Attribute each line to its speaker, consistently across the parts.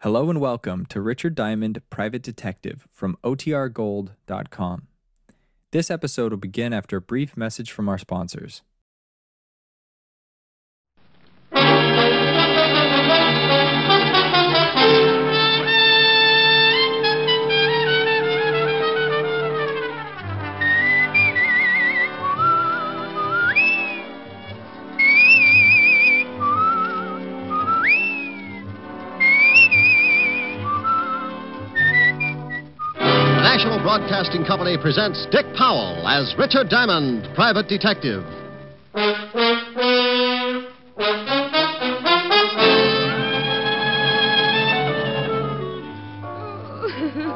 Speaker 1: Hello and welcome to Richard Diamond, Private Detective from OTRGold.com. This episode will begin after a brief message from our sponsors.
Speaker 2: National Broadcasting Company presents Dick Powell as Richard Diamond, private detective.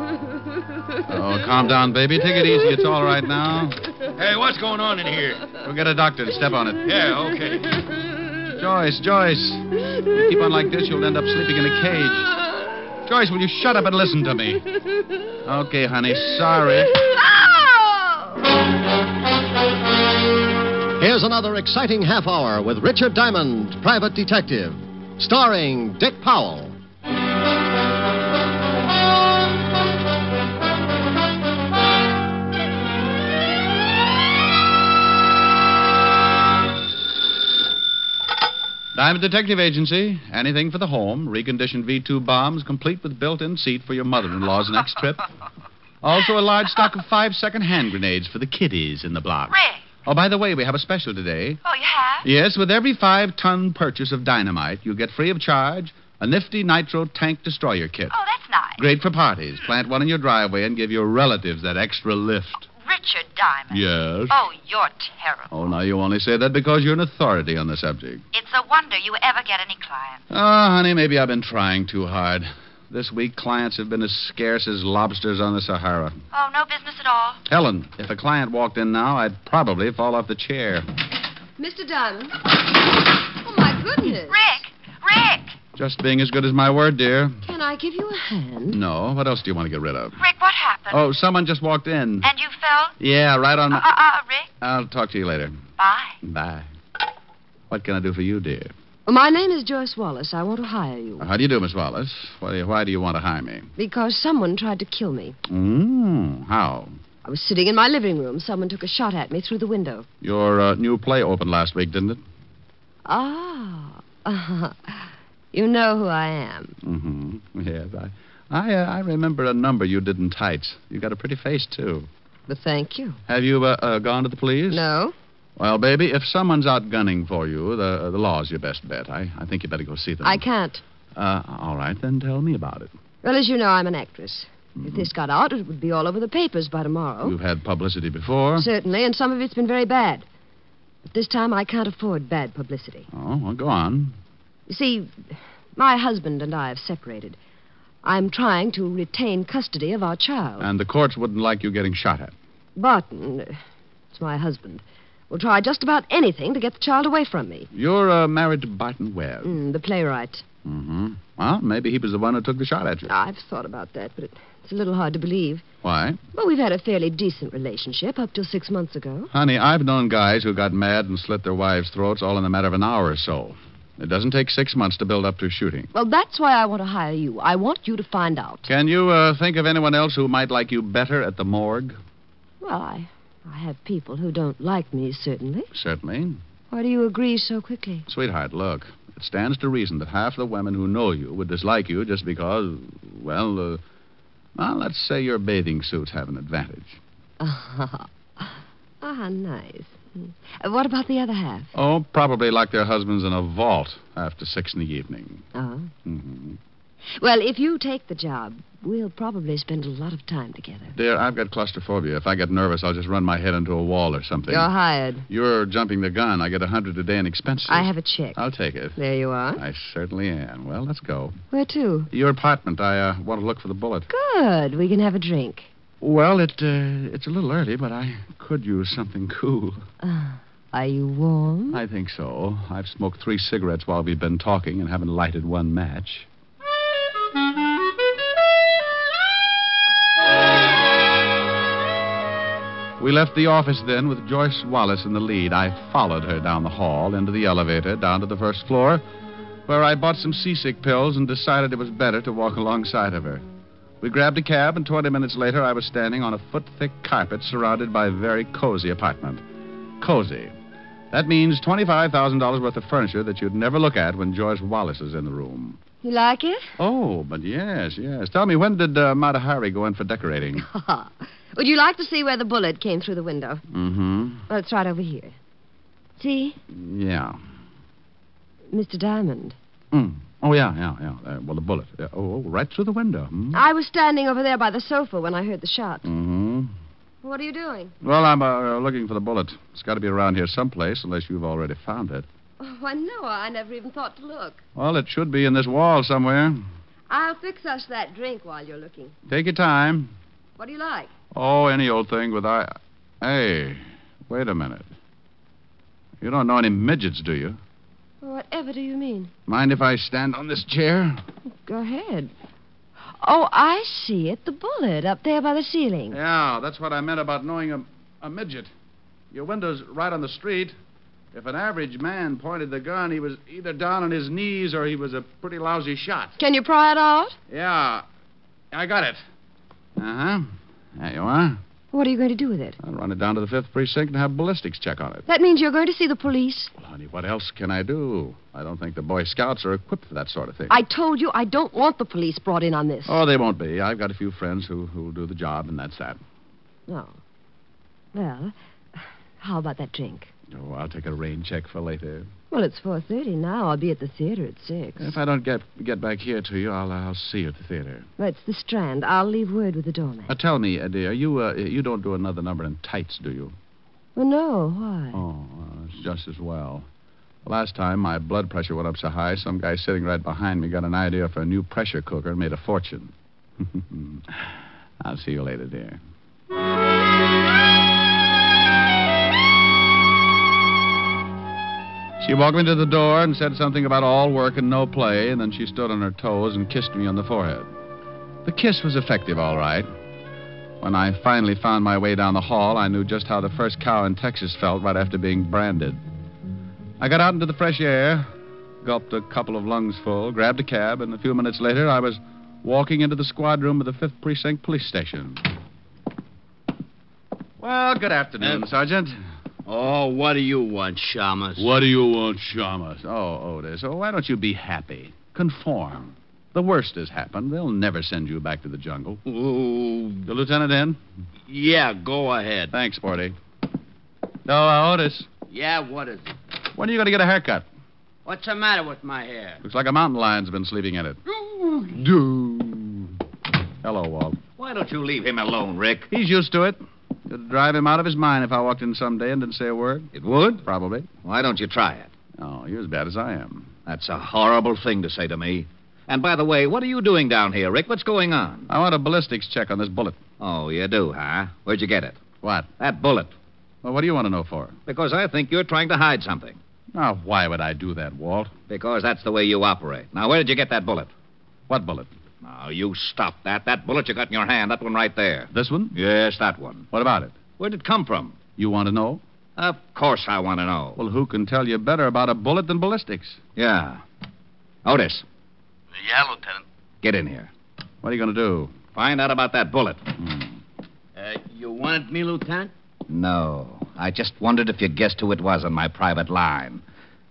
Speaker 3: Oh, calm down, baby. Take it easy. It's all right now.
Speaker 4: Hey, what's going on in here?
Speaker 3: We'll get a doctor to step on it.
Speaker 4: Yeah, okay.
Speaker 3: Joyce, Joyce. You keep on like this, you'll end up sleeping in a cage. Joyce, will you shut up and listen to me? Okay, honey. Sorry.
Speaker 5: Oh,
Speaker 2: Here's another exciting half hour with Richard Diamond, private detective, starring Dick Powell.
Speaker 3: Diamond Detective Agency. Anything for the home. Reconditioned V2 bombs, complete with built-in seat for your mother-in-law's next trip. Also, a large stock of five-second hand grenades for the kiddies in the block.
Speaker 5: Rick.
Speaker 3: Oh, by the way, we have a special today.
Speaker 5: Oh, you have?
Speaker 3: Yes, with every five ton purchase of dynamite, you get free of charge a nifty nitro tank destroyer kit.
Speaker 5: Oh, that's nice.
Speaker 3: Great for parties. Plant one in your driveway and give your relatives that extra lift.
Speaker 5: Richard Diamond.
Speaker 3: Yes.
Speaker 5: Oh, you're terrible.
Speaker 3: Oh, now you only say that because you're an authority on the subject.
Speaker 5: It's a wonder you ever get any clients.
Speaker 3: Ah, honey, maybe I've been trying too hard. This week, clients have been as scarce as lobsters on the Sahara.
Speaker 5: Oh, no business at all.
Speaker 3: Helen, if a client walked in now, I'd probably fall off the chair.
Speaker 6: Mr. Diamond. Oh, my goodness.
Speaker 5: Rick! Rick!
Speaker 3: Just being as good as my word, dear.
Speaker 6: Can I give you a hand?
Speaker 3: No, what else do you want to get rid of?
Speaker 5: Rick, what happened?
Speaker 3: Oh, someone just walked in.
Speaker 5: And you fell?
Speaker 3: Yeah, right on
Speaker 5: Uh,
Speaker 3: my.
Speaker 5: uh, uh, Rick,
Speaker 3: I'll talk to you later.
Speaker 5: bye.
Speaker 3: Bye. What can I do for you, dear?
Speaker 6: My name is Joyce Wallace. I want to hire you
Speaker 3: How do you do, Miss Wallace? Why do you, why do you want to hire me?
Speaker 6: because someone tried to kill me.
Speaker 3: Mm, how?
Speaker 6: I was sitting in my living room. Someone took a shot at me through the window.
Speaker 3: Your uh, new play opened last week, didn't it?
Speaker 6: Ah. you know who I am.
Speaker 3: Mm-hmm. Yes, I, I, uh, I remember a number you did in tights. You got a pretty face too.
Speaker 6: But thank you.
Speaker 3: Have you uh, uh, gone to the police?
Speaker 6: No?
Speaker 3: Well, baby, if someone's out gunning for you, the the law's your best bet. I, I think you better go see them.
Speaker 6: I can't.
Speaker 3: Uh, all right, then tell me about it.
Speaker 6: Well, as you know, I'm an actress. If this got out, it would be all over the papers by tomorrow.
Speaker 3: You've had publicity before.
Speaker 6: Certainly, and some of it's been very bad. But this time I can't afford bad publicity.
Speaker 3: Oh, well, go on.
Speaker 6: You see, my husband and I have separated. I'm trying to retain custody of our child.
Speaker 3: And the courts wouldn't like you getting shot at.
Speaker 6: Barton, uh, it's my husband, will try just about anything to get the child away from me.
Speaker 3: You're uh, married to Barton Webb.
Speaker 6: Mm, the playwright.
Speaker 3: Mm-hmm. Well, maybe he was the one who took the shot at you.
Speaker 6: I've thought about that, but it, it's a little hard to believe.
Speaker 3: Why?
Speaker 6: Well, we've had a fairly decent relationship up till six months ago.
Speaker 3: Honey, I've known guys who got mad and slit their wives' throats all in a matter of an hour or so. It doesn't take six months to build up to a shooting.
Speaker 6: Well, that's why I want to hire you. I want you to find out.
Speaker 3: Can you uh, think of anyone else who might like you better at the morgue?
Speaker 6: Well, I, I have people who don't like me, certainly.
Speaker 3: Certainly.
Speaker 6: Why do you agree so quickly?
Speaker 3: Sweetheart, look, it stands to reason that half the women who know you would dislike you just because, well, uh, well, let's say your bathing suits have an advantage.
Speaker 6: Ah, nice. Mm. Uh, What about the other half?
Speaker 3: Oh, probably like their husbands in a vault after six in the evening.
Speaker 6: Oh.
Speaker 3: hmm
Speaker 6: Well, if you take the job, we'll probably spend a lot of time together.
Speaker 3: Dear, I've got claustrophobia. If I get nervous, I'll just run my head into a wall or something.
Speaker 6: You're hired.
Speaker 3: You're jumping the gun. I get a hundred a day in expenses.
Speaker 6: I have a check.
Speaker 3: I'll take it.
Speaker 6: There you are.
Speaker 3: I certainly am. Well, let's go.
Speaker 6: Where to?
Speaker 3: Your apartment. I uh, want to look for the bullet.
Speaker 6: Good. We can have a drink.
Speaker 3: Well, it uh, it's a little early, but I could use something cool.
Speaker 6: Ah, are you warm?
Speaker 3: I think so. I've smoked three cigarettes while we've been talking and haven't lighted one match. We left the office then with Joyce Wallace in the lead. I followed her down the hall, into the elevator, down to the first floor, where I bought some seasick pills and decided it was better to walk alongside of her. We grabbed a cab, and 20 minutes later, I was standing on a foot thick carpet surrounded by a very cozy apartment. Cozy. That means $25,000 worth of furniture that you'd never look at when George Wallace is in the room.
Speaker 6: You like it?
Speaker 3: Oh, but yes, yes. Tell me, when did uh, Matahari go in for decorating?
Speaker 6: Would you like to see where the bullet came through the window?
Speaker 3: mm
Speaker 6: Well, it's right over here. See?
Speaker 3: hmm. Yeah.
Speaker 6: Mr. Diamond.
Speaker 3: Mm. Oh, yeah, yeah, yeah. Uh, well, the bullet. Yeah. Oh, oh, right through the window. Hmm?
Speaker 6: I was standing over there by the sofa when I heard the shot.
Speaker 3: hmm
Speaker 6: What are you doing?
Speaker 3: Well, I'm uh, looking for the bullet. It's got to be around here someplace, unless you've already found it.
Speaker 6: Oh, I know. I never even thought to look.
Speaker 3: Well, it should be in this wall somewhere.
Speaker 6: I'll fix us that drink while you're looking.
Speaker 3: Take your time.
Speaker 6: What do you like?
Speaker 3: Oh, any old thing with I. Hey, wait a minute. You don't know any midgets, do you?
Speaker 6: Whatever do you mean?
Speaker 3: Mind if I stand on this chair?
Speaker 6: Go ahead. Oh, I see it. The bullet up there by the ceiling.
Speaker 3: Yeah, that's what I meant about knowing a, a midget. Your window's right on the street. If an average man pointed the gun, he was either down on his knees or he was a pretty lousy shot.
Speaker 6: Can you pry it out?
Speaker 3: Yeah, I got it. Uh huh. There you are.
Speaker 6: What are you going to do with it?
Speaker 3: I'll run it down to the fifth precinct and have ballistics check on it.
Speaker 6: That means you're going to see the police.
Speaker 3: Well, honey, what else can I do? I don't think the Boy Scouts are equipped for that sort of thing.
Speaker 6: I told you I don't want the police brought in on this.
Speaker 3: Oh, they won't be. I've got a few friends who who'll do the job, and that's that.
Speaker 6: No. Well, how about that drink?
Speaker 3: Oh, I'll take a rain check for later.
Speaker 6: Well, it's 4.30 now. I'll be at the theater at 6.
Speaker 3: If I don't get get back here to you, I'll I'll see you at the theater.
Speaker 6: That's the Strand. I'll leave word with the doorman.
Speaker 3: Uh, tell me, uh, dear, you uh, you don't do another number in tights, do you?
Speaker 6: Well, no. Why?
Speaker 3: Oh, uh, it's just as well. The Last time my blood pressure went up so high, some guy sitting right behind me got an idea for a new pressure cooker and made a fortune. I'll see you later, dear. She walked me to the door and said something about all work and no play, and then she stood on her toes and kissed me on the forehead. The kiss was effective, all right. When I finally found my way down the hall, I knew just how the first cow in Texas felt right after being branded. I got out into the fresh air, gulped a couple of lungs full, grabbed a cab, and a few minutes later I was walking into the squad room of the 5th Precinct Police Station. Well, good afternoon, Sergeant.
Speaker 4: Oh, what do you want, Shamus?
Speaker 3: What do you want, Shamus? Oh, Otis, oh, why don't you be happy? Conform. The worst has happened. They'll never send you back to the jungle.
Speaker 4: Oh,
Speaker 3: The lieutenant in?
Speaker 4: yeah, go ahead.
Speaker 3: Thanks, Sporty. No, uh, Otis,
Speaker 4: Yeah, what is it?
Speaker 3: when are you going to get a haircut?
Speaker 4: What's the matter with my hair?
Speaker 3: Looks like a mountain lion's been sleeping in it. Hello, Walt.
Speaker 4: Why don't you leave him alone, Rick?
Speaker 3: He's used to it. It'd drive him out of his mind if I walked in someday and didn't say a word.
Speaker 4: It would?
Speaker 3: Probably.
Speaker 4: Why don't you try it?
Speaker 3: Oh, you're as bad as I am.
Speaker 4: That's a horrible thing to say to me. And by the way, what are you doing down here, Rick? What's going on?
Speaker 3: I want a ballistics check on this bullet.
Speaker 4: Oh, you do, huh? Where'd you get it?
Speaker 3: What?
Speaker 4: That bullet.
Speaker 3: Well, what do you want to know for?
Speaker 4: Because I think you're trying to hide something.
Speaker 3: Now, why would I do that, Walt?
Speaker 4: Because that's the way you operate. Now, where did you get that bullet?
Speaker 3: What bullet?
Speaker 4: Now, you stop that. That bullet you got in your hand, that one right there.
Speaker 3: This one?
Speaker 4: Yes, that one.
Speaker 3: What about it?
Speaker 4: Where'd it come from?
Speaker 3: You want to know?
Speaker 4: Of course I want to know.
Speaker 3: Well, who can tell you better about a bullet than ballistics?
Speaker 4: yeah. Otis,
Speaker 7: Yeah, Lieutenant.
Speaker 4: get in here.
Speaker 3: What are you going to do?
Speaker 4: Find out about that bullet.
Speaker 7: Uh, you wanted me, Lieutenant?
Speaker 4: No. I just wondered if you guessed who it was on my private line.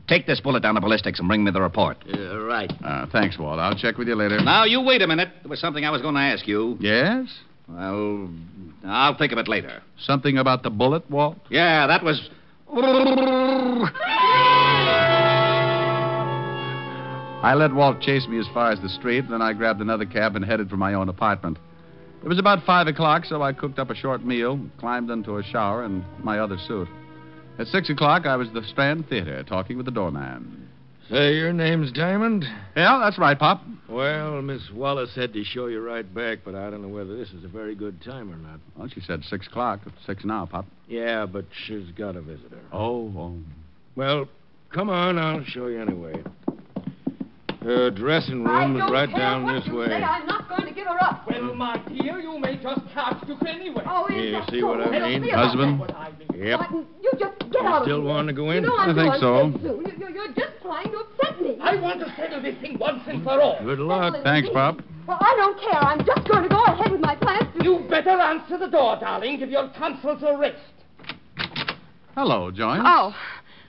Speaker 4: Take this bullet down to ballistics and bring me the report.
Speaker 7: Uh, right.
Speaker 3: Uh, thanks, Walt. I'll check with you later.
Speaker 4: Now, you wait a minute. There was something I was going to ask you.
Speaker 3: Yes?
Speaker 4: Well, I'll think of it later.
Speaker 3: Something about the bullet, Walt?
Speaker 4: Yeah, that was.
Speaker 3: I let Walt chase me as far as the street, then I grabbed another cab and headed for my own apartment. It was about five o'clock, so I cooked up a short meal, climbed into a shower, and my other suit. At six o'clock, I was at the Strand Theater talking with the doorman.
Speaker 7: Say, your name's Diamond?
Speaker 3: Yeah, that's right, Pop.
Speaker 7: Well, Miss Wallace had to show you right back, but I don't know whether this is a very good time or not.
Speaker 3: Well, she said six o'clock. It's six now, Pop.
Speaker 7: Yeah, but she's got a visitor.
Speaker 3: Oh, oh.
Speaker 7: Well, come on, I'll show you anyway. Her dressing room is Oh, right down this way.
Speaker 6: I'm not going to
Speaker 8: give her up. Well, my dear, you may just have to anyway.
Speaker 6: Oh, is
Speaker 7: You
Speaker 6: that
Speaker 7: see
Speaker 6: so?
Speaker 7: what I
Speaker 6: They don't
Speaker 7: mean?
Speaker 6: see about
Speaker 3: Husband?
Speaker 6: that.
Speaker 8: I mean.
Speaker 7: Yep.
Speaker 6: Martin, you just get
Speaker 7: You
Speaker 6: out of
Speaker 7: still
Speaker 6: here.
Speaker 7: want to go in?
Speaker 6: You know I'm
Speaker 3: I think
Speaker 7: Oh.
Speaker 6: going
Speaker 3: so.
Speaker 6: to, Sue. You, you, you're just trying to upset me.
Speaker 8: I want to settle this thing once and for all.
Speaker 7: Good luck.
Speaker 3: Thanks, Pop.
Speaker 6: Well, I don't care. I'm just going to go ahead with my plans. to-
Speaker 8: You better answer the door, darling. Give your tonsils a rest.
Speaker 3: Hello, Joyce.
Speaker 6: Oh,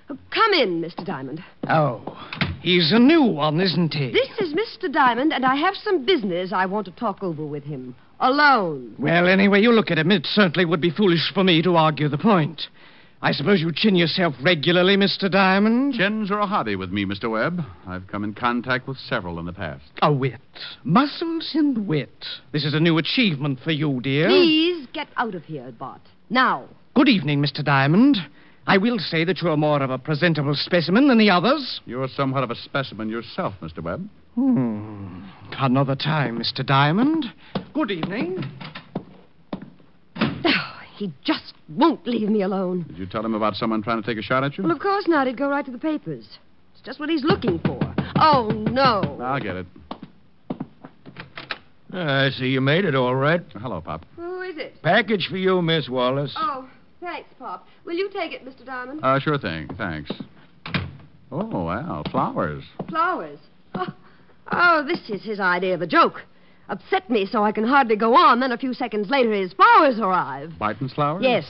Speaker 6: come in, Mr. Diamond.
Speaker 9: Oh, he's a new one, isn't he?
Speaker 6: This is Mr. Diamond, and I have some business I want to talk over with him. Alone.
Speaker 9: Well, anyway, you look at him. It certainly would be foolish for me to argue the point. I suppose you chin yourself regularly, Mr. Diamond?
Speaker 3: Chins are a hobby with me, Mr. Webb. I've come in contact with several in the past.
Speaker 9: A wit. Muscles and wit. This is a new achievement for you, dear.
Speaker 6: Please get out of here, Bart. Now.
Speaker 9: Good evening, Mr. Diamond. I will say that you're more of a presentable specimen than the others.
Speaker 3: You're somewhat of a specimen yourself, Mr. Webb.
Speaker 9: Hmm. Another time, Mr. Diamond. Good evening.
Speaker 6: Oh, He just won't leave me alone.
Speaker 3: Did you tell him about someone trying to take a shot at you?
Speaker 6: Well, of course not. He'd go right to the papers. It's just what he's looking for. Oh, no.
Speaker 3: I'll get it.
Speaker 7: I see you made it all right.
Speaker 3: Hello, Pop.
Speaker 6: Who is it?
Speaker 7: Package for you, Miss Wallace.
Speaker 6: Oh, thanks, Pop. Will you take it, Mr. Diamond?
Speaker 3: Uh, sure thing. Thanks. Oh, wow. Flowers.
Speaker 6: Flowers. Oh, oh, this is his idea of a joke. Upset me so I can hardly go on, then a few seconds later his flowers arrive.
Speaker 3: Barton's flowers?
Speaker 6: Yes.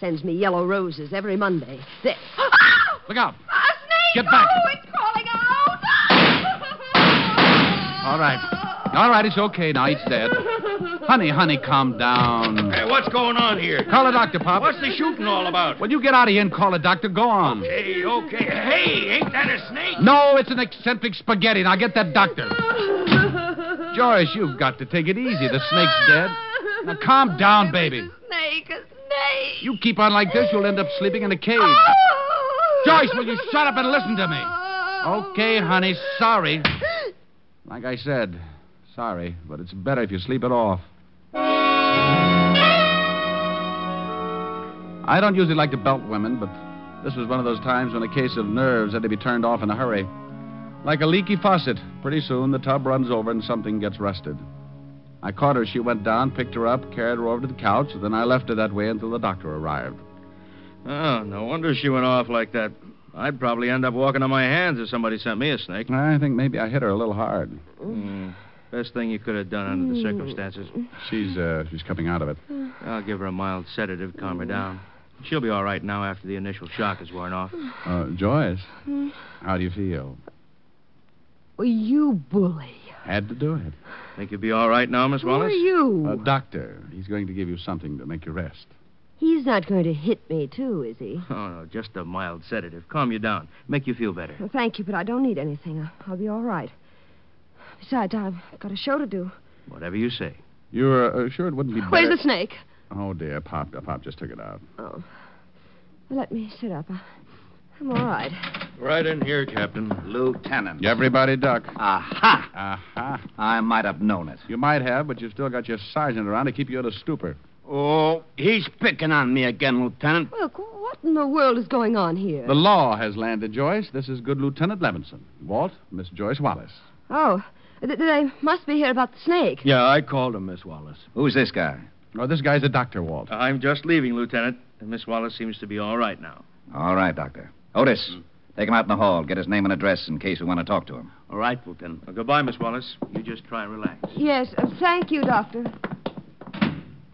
Speaker 6: Sends me yellow roses every Monday. There.
Speaker 3: Look out.
Speaker 5: A
Speaker 3: Get
Speaker 5: snake!
Speaker 3: back.
Speaker 5: Oh, it's crawling out!
Speaker 3: All right. All right, it's okay now. He's dead. honey, honey, calm down.
Speaker 7: Hey, what's going on here?
Speaker 3: Call a doctor, Pop.
Speaker 7: What's the shooting all about?
Speaker 3: Well, you get out of here and call a doctor. Go on.
Speaker 7: Hey, okay. Hey, ain't that a snake?
Speaker 3: No, it's an eccentric spaghetti. Now get that doctor. Joyce, you've got to take it easy. The snake's dead. Now calm down, baby.
Speaker 5: snake, a snake!
Speaker 3: You keep on like this, you'll end up sleeping in a cave.
Speaker 6: Oh.
Speaker 3: Joyce, will you shut up and listen to me? Okay, honey, sorry. Like I said, sorry, but it's better if you sleep it off. I don't usually like to belt women, but this was one of those times when a case of nerves had to be turned off in a hurry. Like a leaky faucet, pretty soon the tub runs over and something gets rusted. I caught her as she went down, picked her up, carried her over to the couch, and then I left her that way until the doctor arrived.
Speaker 7: Oh, no wonder she went off like that. I'd probably end up walking on my hands if somebody sent me a snake. Hmm.
Speaker 3: I think maybe I hit her a little hard.
Speaker 7: Best thing you could have done under
Speaker 9: Hmm.
Speaker 7: the circumstances.
Speaker 3: She's uh, she's coming out of it.
Speaker 7: I'll give her a mild sedative, calm her down. She'll be all right now after the initial shock has worn off.
Speaker 3: Uh, Joyce, how do you feel?
Speaker 6: Well, you bully.
Speaker 3: Had to do it.
Speaker 7: Think you'll be all right now, Miss
Speaker 6: Who are
Speaker 7: Wallace?
Speaker 6: you?
Speaker 3: A doctor. He's going to give you something to make you rest.
Speaker 6: He's not going to hit me, too, is he?
Speaker 7: Oh, no, just a mild sedative. Calm you down. Make you feel better.
Speaker 6: Well, thank you, but I don't need anything. I'll, I'll be all right. Besides, I've got a show to do.
Speaker 7: Whatever you say.
Speaker 3: You're uh, sure it wouldn't be better?
Speaker 6: Where's the snake?
Speaker 3: Oh dear, Pop, uh, Pop just took it out.
Speaker 6: Oh. Let me sit up. I- I'm all right.
Speaker 7: Right in here, Captain.
Speaker 4: Lieutenant.
Speaker 3: Everybody duck.
Speaker 4: Aha!
Speaker 3: Aha.
Speaker 4: I might have known it.
Speaker 3: You might have, but you've still got your sergeant around to keep you in a stupor.
Speaker 4: Oh, he's picking on me again, Lieutenant.
Speaker 6: Look, what in the world is going on here?
Speaker 3: The law has landed Joyce. This is good Lieutenant Levinson. Walt, Miss Joyce Wallace.
Speaker 6: Oh, th- they must be here about the snake.
Speaker 7: Yeah, I called him, Miss Wallace.
Speaker 4: Who's this guy?
Speaker 3: Oh, this guy's a doctor, Walt.
Speaker 7: I'm just leaving, Lieutenant. And Miss Wallace seems to be all right now.
Speaker 4: All right, Doctor. Otis,
Speaker 3: Hmm.
Speaker 4: take him out in the hall. Get his name and address in case we want to talk to him.
Speaker 7: All right, Lieutenant. goodbye, Miss Wallace. You just try and relax.
Speaker 6: Yes, uh, thank you, Doctor.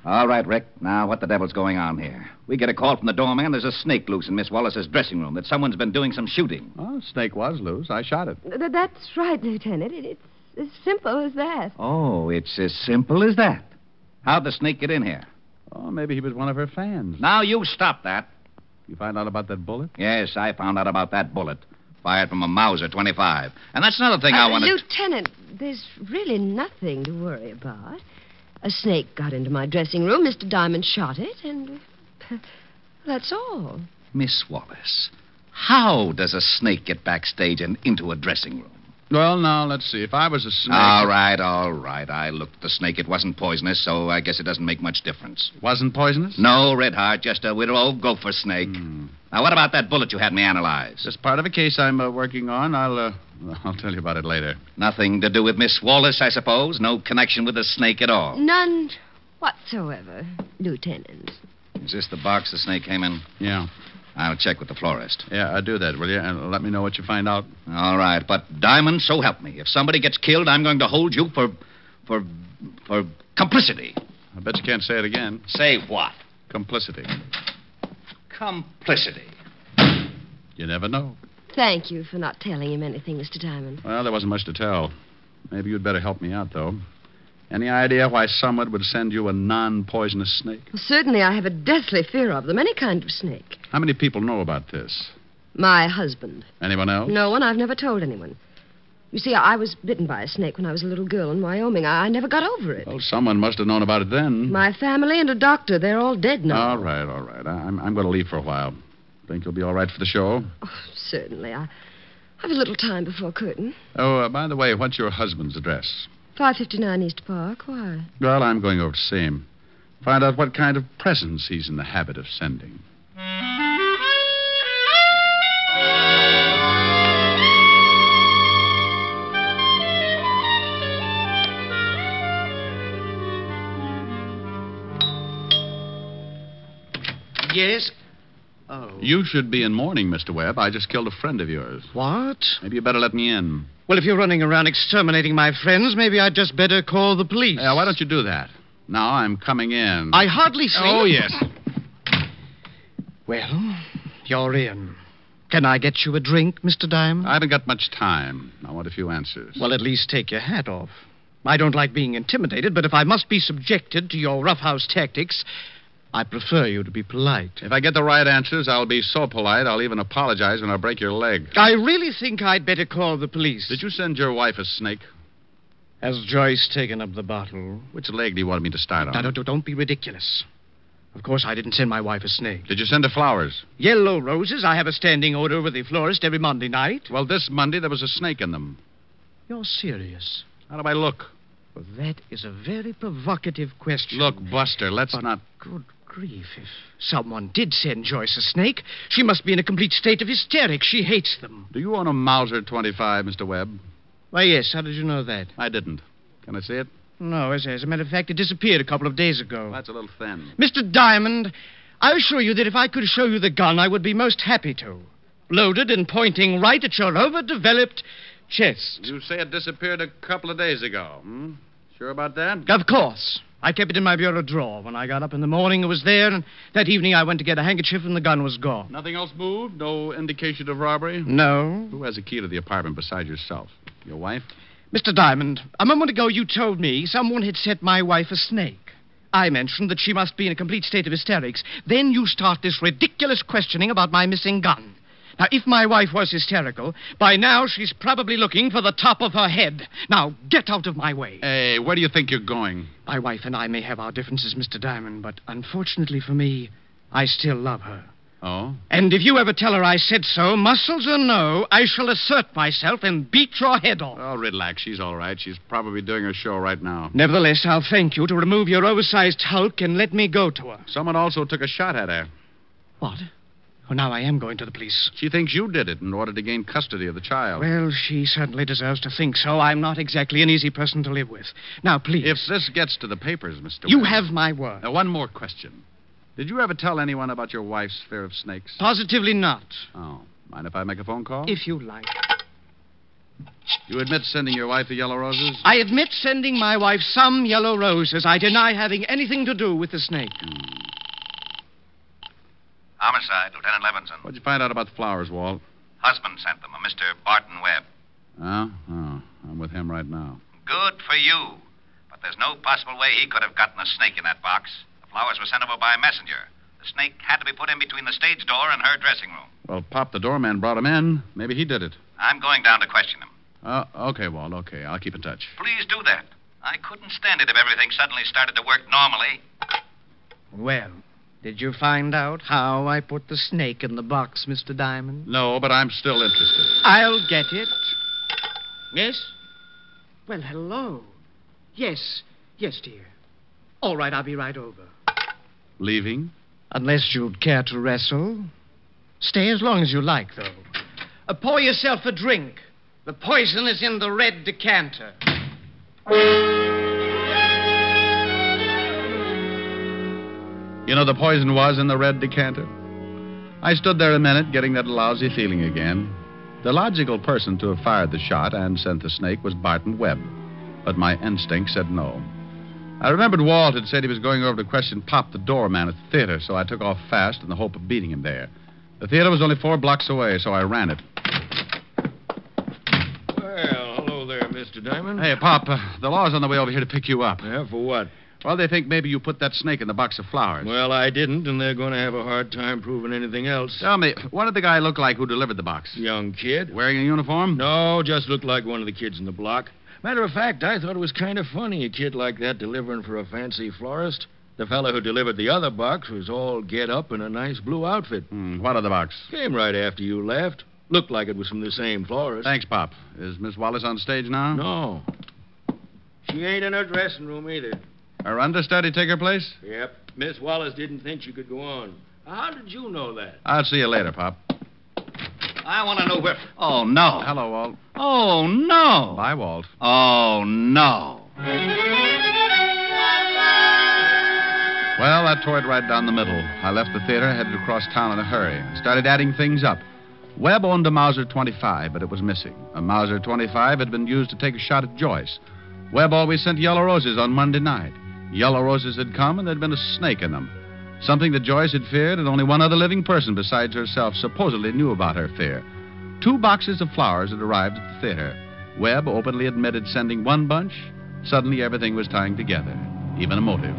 Speaker 4: All right, Rick. Now, what the devil's going on here? We get a call from the doorman. There's a snake loose in Miss Wallace's dressing room that someone's been doing some shooting.
Speaker 3: Oh, snake was loose. I shot it.
Speaker 6: Th- that's right, Lieutenant. It- it's as simple as that.
Speaker 4: Oh, it's as simple as that. How'd the snake get in here?
Speaker 3: Oh, maybe he was one of her fans.
Speaker 4: Now, you stop that.
Speaker 3: You find out about that bullet?
Speaker 4: Yes, I found out about that bullet. Fired from a Mauser 25. And that's another thing I
Speaker 6: Uh,
Speaker 4: wanted.
Speaker 6: Lieutenant, there's really nothing to worry about. A snake got into my dressing room. Mr. Diamond shot it, and uh, that's all.
Speaker 4: Miss Wallace, how does a snake get backstage and into a dressing room?
Speaker 3: Well, now, let's see. If I was a snake.
Speaker 4: All right, all right. I looked at the snake. It wasn't poisonous, so I guess it doesn't make much difference.
Speaker 3: Wasn't poisonous? Hmm.
Speaker 4: No, Red Heart, just a widow old gopher snake. Now, what about that bullet you had me analyze?
Speaker 3: Just part of a case I'm uh, working on. I'll uh, I'll tell you about it later.
Speaker 4: Nothing to do with Miss Wallace, I suppose? No connection with the snake at all?
Speaker 6: None whatsoever, Lieutenant.
Speaker 4: Is this the box the snake came in?
Speaker 3: Yeah,
Speaker 4: I'll check with the florist.
Speaker 3: yeah. Uh, do that, will you? And let me know what you find out.
Speaker 4: All right, but Diamond, so help me. If somebody gets killed, I'm going to hold you for. for. for complicity.
Speaker 3: I bet you can't say it again.
Speaker 4: Say what?
Speaker 3: Complicity.
Speaker 4: Complicity.
Speaker 3: You never know.
Speaker 6: Thank you for not telling him anything, Mr. Diamond.
Speaker 3: Well, there wasn't much to tell. Maybe you'd better help me out, though. Any idea why someone would send you a non-poisonous snake?
Speaker 6: Well, certainly, I have a deathly fear of them, any kind of snake.
Speaker 3: How many people know about this?
Speaker 6: My husband.
Speaker 3: Anyone else?
Speaker 6: No one. I've never told anyone. You see, I was bitten by a snake when I was a little girl in Wyoming. I, I never got over it.
Speaker 3: Well, someone must have known about it then.
Speaker 6: My family and a doctor, they're all dead now.
Speaker 3: All right, all right. I- I'm, I'm going to leave for a while. Think you'll be all right for the show?
Speaker 6: Oh, certainly. I have a little time before curtain.
Speaker 3: Oh, uh, by the way, what's your husband's address?
Speaker 6: 559 East Park. Why?
Speaker 3: Well, I'm going over to see him. Find out what kind of presents he's in the habit of sending.
Speaker 9: Yes? Oh.
Speaker 3: You should be in mourning, Mr. Webb. I just killed a friend of yours.
Speaker 9: What?
Speaker 3: Maybe you better let me in.
Speaker 9: Well, if you're running around exterminating my friends, maybe I'd just better call the police.
Speaker 3: Yeah, why don't you do that? Now I'm coming in.
Speaker 9: I hardly see.
Speaker 3: Oh, yes.
Speaker 9: Well, you're in. Can I get you a drink, Mr. Diamond?
Speaker 3: I haven't got much time. I want a few answers.
Speaker 9: Well, at least take your hat off. I don't like being intimidated, but if I must be subjected to your roughhouse tactics, I prefer you to be polite.
Speaker 3: if I get the right answers, I'll be so polite I'll even apologize when I break your leg.
Speaker 9: I really think I'd better call the police.
Speaker 3: Did you send your wife a snake?
Speaker 9: Has Joyce taken up the bottle?
Speaker 3: Which leg do you want me to start on?
Speaker 9: Now, don't, don't be ridiculous. Of course, I didn't send my wife a snake.
Speaker 3: Did you send her flowers?
Speaker 9: Yellow roses, I have a standing order with the florist every Monday night.
Speaker 3: Well, this Monday there was a snake in them.
Speaker 9: You're serious.
Speaker 3: How do I look?
Speaker 9: Well, that is a very provocative question.
Speaker 3: Look, Buster, let's
Speaker 9: But
Speaker 3: not.
Speaker 9: Good grief. If someone did send Joyce a snake, she must be in a complete state of hysterics. She hates them.
Speaker 3: Do you own a Mauser 25, Mr. Webb?
Speaker 9: Why, yes, how did you know that?
Speaker 3: I didn't. Can I see it?
Speaker 9: No, as, as a matter of fact, it disappeared a couple of days ago.
Speaker 3: That's a little thin.
Speaker 9: Mr. Diamond, I assure you that if I could show you the gun, I would be most happy to. Loaded and pointing right at your overdeveloped chest.
Speaker 3: You say it disappeared a couple of days ago. Hmm? Sure about that?
Speaker 9: Of course. I kept it in my bureau drawer. When I got up in the morning, it was there, and that evening I went to get a handkerchief, and the gun was gone.
Speaker 3: Nothing else moved? No indication of robbery?
Speaker 9: No.
Speaker 3: Who has a key to the apartment besides yourself? Your wife?
Speaker 9: Mr. Diamond, a moment ago you told me someone had set my wife a snake. I mentioned that she must be in a complete state of hysterics. Then you start this ridiculous questioning about my missing gun. Now, if my wife was hysterical, by now she's probably looking for the top of her head. Now, get out of my way.
Speaker 3: Hey, where do you think you're going?
Speaker 9: Uh, My wife and I may have our differences, Mr. Diamond, but unfortunately for me, I still love her.
Speaker 3: Oh?
Speaker 9: And if you ever tell her I said so, muscles or no, I shall assert myself and beat your head off.
Speaker 3: Oh, relax. She's all right. She's probably doing her show right now.
Speaker 9: Nevertheless, I'll thank you to remove your oversized hulk and let me go to her.
Speaker 3: Someone also took a shot at her.
Speaker 9: What? Oh, now I am going to the police.
Speaker 3: She thinks you did it in order to gain custody of the child.
Speaker 9: Well, she certainly deserves to think so. I'm not exactly an easy person to live with. Now, please.
Speaker 3: If this gets to the papers, Mr.
Speaker 9: you
Speaker 3: Webb-
Speaker 9: have my word.
Speaker 3: Now, one more question. Did you ever tell anyone about your wife's fear of snakes?
Speaker 9: Positively not.
Speaker 3: Oh. Mind if I make a phone call?
Speaker 9: If you like.
Speaker 3: You admit sending your wife the yellow roses?
Speaker 9: I admit sending my wife some yellow roses. I deny having anything to do with the snake.
Speaker 4: Homicide, Lieutenant Levinson.
Speaker 3: What'd you find out about the flowers, Walt?
Speaker 4: Husband sent them, a Mr. Barton Webb.
Speaker 3: Oh? Oh. I'm with him right now.
Speaker 4: Good for you. But there's no possible way he could have gotten a snake in that box. The flowers were sent over by messenger. The snake had to be put in between the stage door and her dressing room.
Speaker 3: Well, Pop, the doorman, brought him in. Maybe he did it.
Speaker 4: I'm going down to question him.
Speaker 3: Uh, okay, Walt. Okay, I'll keep in touch.
Speaker 4: Please do that. I couldn't stand it if everything suddenly started to work normally.
Speaker 9: Well, did you find out how I put the snake in the box, Mr. Diamond?
Speaker 3: No, but I'm still interested.
Speaker 9: I'll get it. Yes? Well, hello. Yes, yes, dear. All right, I'll be right over.
Speaker 3: Leaving?
Speaker 9: Unless you'd care to wrestle. Stay as long as you like, though. Uh, pour yourself a drink. The poison is in the red decanter.
Speaker 3: You know, the poison was in the red decanter. I stood there a minute, getting that lousy feeling again. The logical person to have fired the shot and sent the snake was Barton Webb, but my instinct said no. I remembered Walt had said he was going over to question Pop the doorman at the theater, so I took off fast in the hope of beating him there. The theater was only four blocks away, so I ran it.
Speaker 7: Well, hello there, Mr. Diamond.
Speaker 3: Hey, Pop, uh, the law's on the way over here to pick you up.
Speaker 7: Yeah, for what?
Speaker 3: Well, they think maybe you put that snake in the box of flowers.
Speaker 7: Well, I didn't, and they're going to have a hard time proving anything else.
Speaker 3: Tell me, what did the guy look like who delivered the box?
Speaker 7: Young kid.
Speaker 3: Wearing a uniform?
Speaker 7: No, just looked like one of the kids in the block. Matter of fact, I thought it was kind of funny a kid like that delivering for a fancy florist. The fellow who delivered the other box was all get up in a nice blue outfit.
Speaker 3: Hmm, what of the box?
Speaker 7: Came right after you left. Looked like it was from the same florist.
Speaker 3: Thanks, Pop. Is Miss Wallace on stage now?
Speaker 7: No. She ain't in her dressing room either.
Speaker 3: Her understudy take her place?
Speaker 7: Yep. Miss Wallace didn't think she could go on. How did you know that?
Speaker 3: I'll see you later, Pop.
Speaker 4: I want to know where.
Speaker 10: Oh, no.
Speaker 3: Hello, Walt.
Speaker 10: Oh, no.
Speaker 3: Bye, Walt.
Speaker 10: Oh, no.
Speaker 3: Well, that tore it right down the middle. I left the theater, headed across town in a hurry, and started adding things up. Webb owned a Mauser 25, but it was missing. A Mauser 25 had been used to take a shot at Joyce. Webb always sent yellow roses on Monday night. Yellow roses had come, and there'd been a snake in them. Something that Joyce had feared, and only one other living person besides herself supposedly knew about her fear. Two boxes of flowers had arrived at the theater. Webb openly admitted sending one bunch. Suddenly, everything was tying together, even a motive.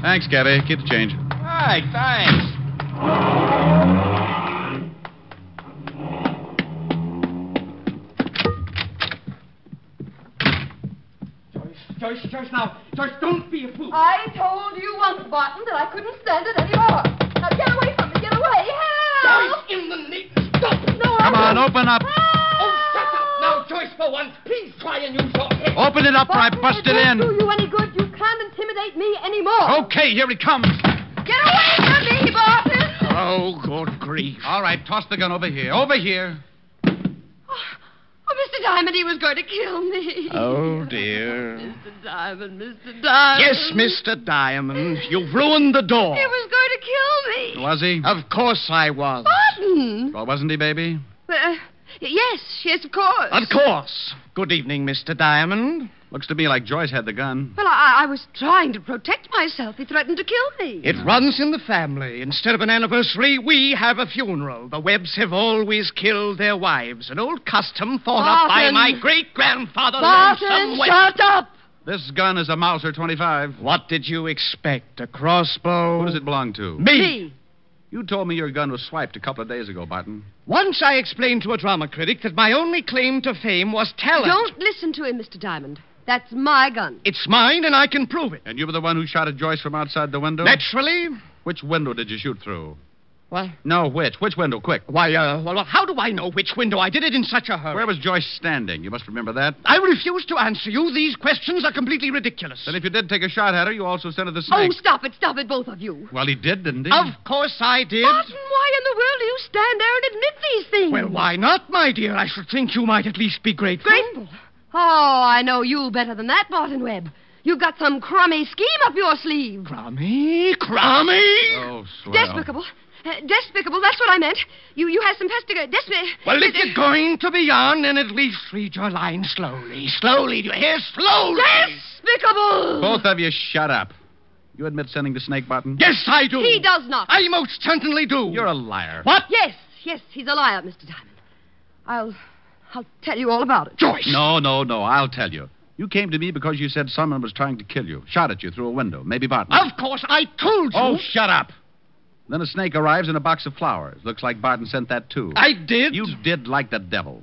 Speaker 3: Thanks, Gabby. Keep the change.
Speaker 10: All right, thanks.
Speaker 8: Joyce, Joyce, Joyce, now. Joyce, don't be a fool.
Speaker 5: I told you once, Barton, that I couldn't stand it anymore. Now get away from me. Get away.
Speaker 8: Joyce,
Speaker 5: Help!
Speaker 8: in the name. Stop.
Speaker 5: No, I
Speaker 3: Come on,
Speaker 5: won't.
Speaker 3: open up.
Speaker 8: Oh, shut up. Now, Joyce, for once, please try and use your head.
Speaker 3: Open it up, or I
Speaker 5: Barton,
Speaker 3: bust it
Speaker 5: won't
Speaker 3: in.
Speaker 5: do you any good. You can't intimidate me anymore.
Speaker 3: Okay, here he comes.
Speaker 5: Get away from me, Barton.
Speaker 10: Oh, good grief.
Speaker 3: All right, toss the gun over here. Over here.
Speaker 6: Oh, Mr. Diamond, he was going to kill me.
Speaker 10: Oh, dear.
Speaker 6: Mr. Diamond, Mr. Diamond.
Speaker 9: Yes, Mr. Diamond, you've ruined the door.
Speaker 6: He was going to kill me.
Speaker 3: Was he?
Speaker 9: Of course I was.
Speaker 6: Barton!
Speaker 3: Well, wasn't he, baby?
Speaker 6: Uh, yes, yes, of course.
Speaker 9: Of course. Good evening, Mr. Diamond.
Speaker 3: Looks to me like Joyce had the gun.
Speaker 6: Well, I, I was trying to protect myself. He threatened to kill me.
Speaker 9: It runs in the family. Instead of an anniversary, we have a funeral. The Webbs have always killed their wives, an old custom thought up by
Speaker 6: Barton!
Speaker 9: my great grandfather
Speaker 6: Barton, shut up!
Speaker 3: This gun is a Mauser 25.
Speaker 9: What did you expect? A crossbow?
Speaker 3: Who does it belong to?
Speaker 9: Me.
Speaker 6: Me.
Speaker 3: You told me your gun was swiped a couple of days ago, Barton.
Speaker 9: Once I explained to a drama critic that my only claim to fame was talent.
Speaker 6: Don't listen to him, Mr. Diamond. That's my gun.
Speaker 9: It's mine, and I can prove it.
Speaker 3: And you were the one who shot at Joyce from outside the window?
Speaker 9: Naturally.
Speaker 3: Which window did you shoot through?
Speaker 9: Well,
Speaker 3: No, which? Which window? Quick.
Speaker 9: why, uh, well, how do I know which window? I did it in such a hurry.
Speaker 3: Where was Joyce standing? You must remember that.
Speaker 9: I refuse to answer you. These questions are completely ridiculous.
Speaker 3: Then if you did take a shot at her, you also sent her the
Speaker 6: Oh,
Speaker 3: snake.
Speaker 6: stop it, stop it, both of you.
Speaker 3: Well, he did, didn't he?
Speaker 9: Of course I did.
Speaker 6: Barton, why in the world do you stand there and admit these things?
Speaker 3: Hmm.
Speaker 9: Well, why not, my dear? I should think you might at least be grateful.
Speaker 6: Grateful. Oh, I know you better than that, Barton Webb. You've got some crummy scheme up your sleeve.
Speaker 9: Crummy, crummy.
Speaker 3: Oh, swell.
Speaker 6: Despicable. Uh, despicable, that's what I meant. You you have some pestig... Despi-
Speaker 9: Well, if you're going to be on, then at least read your line slowly. Slowly, do you hear? Slowly.
Speaker 6: Despicable!
Speaker 3: Both of you, shut up. You admit sending the snake, Barton?
Speaker 9: Yes, I do.
Speaker 6: He does not.
Speaker 9: I most certainly do.
Speaker 3: You're a liar.
Speaker 9: What?
Speaker 6: Yes, yes, he's a liar, Mr. Diamond. I'll... I'll tell you all about it.
Speaker 9: Joyce.
Speaker 3: No, no, no. I'll tell you. You came to me because you said someone was trying to kill you, shot at you through a window, maybe Barton.
Speaker 9: Of course, I told you.
Speaker 3: oh, shut up. Then a snake arrives in a box of flowers. Looks like Barton sent that too.
Speaker 9: I did.
Speaker 3: You did like the devil.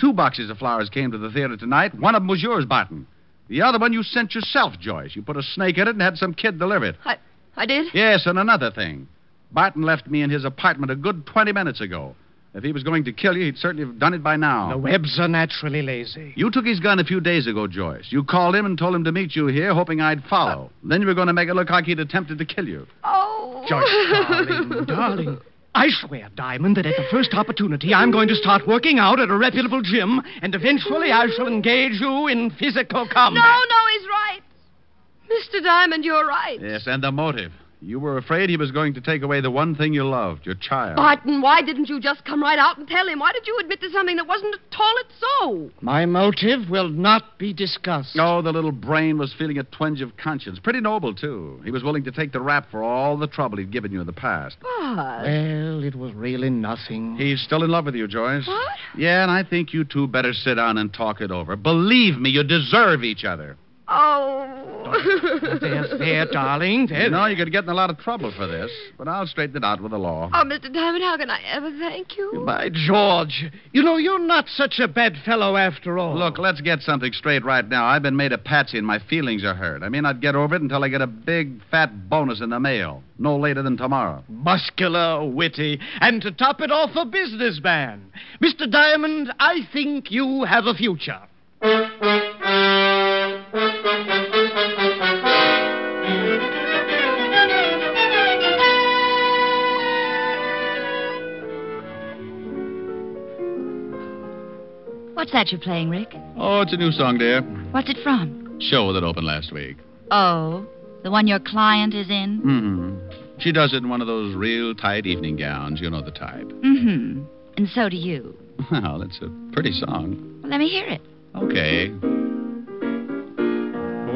Speaker 3: Two boxes of flowers came to the theater tonight. One of them was yours, Barton. The other one you sent yourself, Joyce. You put a snake in it and had some kid deliver it.
Speaker 6: I... I did?
Speaker 3: Yes, and another thing. Barton left me in his apartment a good 20 minutes ago. If he was going to kill you, he'd certainly have done it by now.
Speaker 9: The webs are naturally lazy.
Speaker 3: You took his gun a few days ago, Joyce. You called him and told him to meet you here, hoping I'd follow. Then you were going to make it look like he'd attempted to kill you.
Speaker 5: Oh,
Speaker 9: Joyce, darling, darling. I swear, Diamond, that at the first opportunity, I'm going to start working out at a reputable gym, and eventually I shall engage you in physical combat.
Speaker 6: No, no, he's right. Mr. Diamond, you're right.
Speaker 3: Yes, and the motive. You were afraid he was going to take away the one thing you loved, your child.
Speaker 6: Barton, why didn't you just come right out and tell him? Why did you admit to something that wasn't at all at so?
Speaker 3: My motive will not be discussed. Oh, the little brain was feeling a twinge of conscience. Pretty noble, too. He was willing to take the rap for all the trouble he'd given you in the past.
Speaker 6: But.
Speaker 3: Well, it was really nothing. He's still in love with you, Joyce. What? Yeah, and I think you two better sit down and talk it over. Believe me, you deserve each other.
Speaker 6: Oh.
Speaker 3: There, there, darling. There. You know, you could get in a lot of trouble for this, but I'll straighten it out with the law.
Speaker 6: Oh, Mr. Diamond, how can I ever thank you?
Speaker 3: By George, you know, you're not such a bad fellow after all. Look, let's get something straight right now. I've been made a patsy and my feelings are hurt. I may not get over it until I get a big, fat bonus in the mail, no later than tomorrow.
Speaker 9: Muscular, witty, and to top it off, a businessman. Mr. Diamond, I think you have a future.
Speaker 11: What's that you're playing, Rick?
Speaker 3: Oh, it's a new song, dear.
Speaker 11: What's it from?
Speaker 3: Show that opened last week.
Speaker 11: Oh, the one your client is in?
Speaker 3: Mm hmm. She does it in one of those real tight evening gowns. You know the type.
Speaker 11: Mm hmm. And so do you.
Speaker 3: Well, it's a pretty song.
Speaker 11: Well, let me hear it.
Speaker 3: Okay.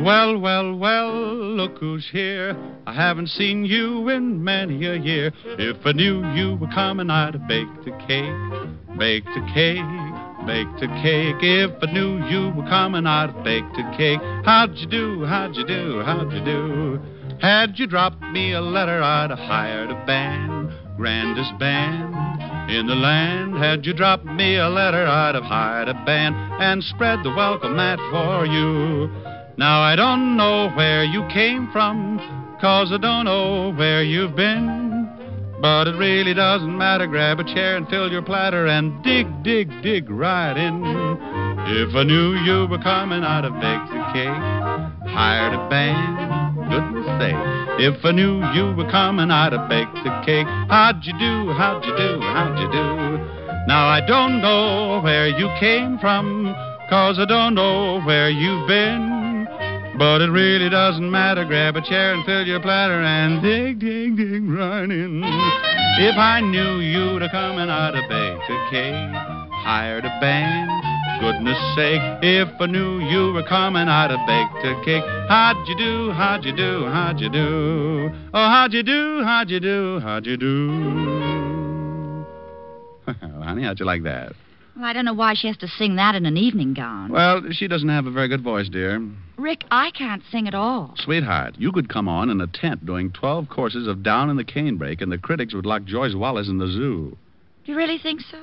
Speaker 3: Well, well, well, look who's here. I haven't seen you in many a year. If I knew you were coming, I'd have baked the cake, baked the cake, baked the cake. If I knew you were coming, I'd have baked the cake. How'd you do? How'd you do? How'd you do? Had you dropped me a letter, I'd have hired a band, grandest band in the land. Had you dropped me a letter, I'd have hired a band and spread the welcome mat for you. Now I don't know where you came from, 'cause I don't know where you've been. But it really doesn't matter. Grab a chair and fill your platter and dig, dig, dig right in. If I knew you were coming, I'd have baked the cake, hired a band. Goodness sake. If I knew you were coming, I'd have baked the cake. How'd you do? How'd you do? How'd you do? Now I don't know where you came from, 'cause I don't know where you've been. But it really doesn't matter. Grab a chair and fill your platter and dig, dig, dig right in. If I knew you'd have come and I'd have baked a cake, hired a band. Goodness sake, if I knew you were coming, I'd have baked a cake. How'd you do? How'd you do? How'd you do? Oh, how'd you do? How'd you do? How'd you do? Well, honey, how'd you like that?
Speaker 11: Well, I don't know why she has to sing that in an evening gown.
Speaker 3: Well, she doesn't have a very good voice, dear.
Speaker 11: Rick, I can't sing at all.
Speaker 3: Sweetheart, you could come on in a tent doing 12 courses of Down in the Canebrake, and the critics would lock Joyce Wallace in the zoo.
Speaker 11: Do you really think so?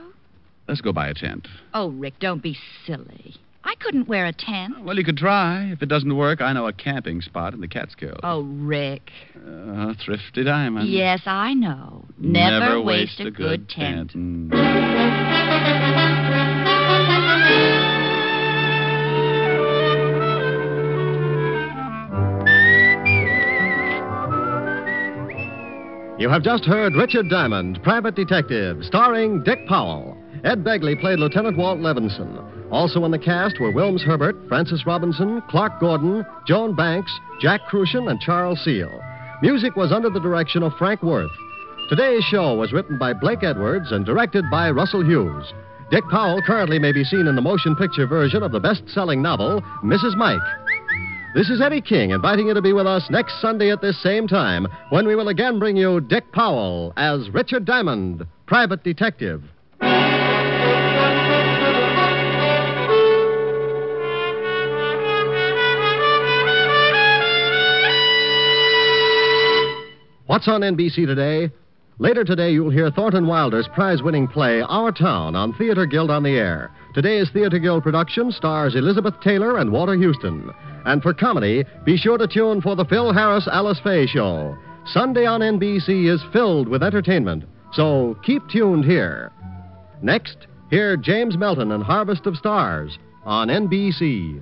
Speaker 3: Let's go buy a tent.
Speaker 11: Oh, Rick, don't be silly. I couldn't wear a tent.
Speaker 3: Well, you could try. If it doesn't work, I know a camping spot in the Catskills.
Speaker 11: Oh, Rick.
Speaker 3: Uh, thrifty Diamond.
Speaker 11: Yes, I know. Never, waste, a, good tent.
Speaker 3: Mm.
Speaker 2: You have just heard Richard Diamond, Private Detective, starring Dick Powell. Ed Begley played Lieutenant Walt Levinson. Also in the cast were Wilms Herbert, Francis Robinson, Clark Gordon, Joan Banks, Jack Crucian, and Charles Seal. Music was under the direction of Frank Worth. Today's show was written by Blake Edwards and directed by Russell Hughes. Dick Powell currently may be seen in the motion picture version of the best selling novel, Mrs. Mike. This is Eddie King inviting you to be with us next Sunday at this same time when we will again bring you Dick Powell as Richard Diamond, private detective. What's on NBC today? Later today, you'll hear Thornton Wilder's prize winning play, Our Town, on Theater Guild on the Air. Today's Theater Guild production stars Elizabeth Taylor and Walter Houston. And for comedy, be sure to tune for the Phil Harris Alice Faye Show. Sunday on NBC is filled with entertainment, so keep tuned here. Next, hear James Melton and Harvest of Stars on NBC.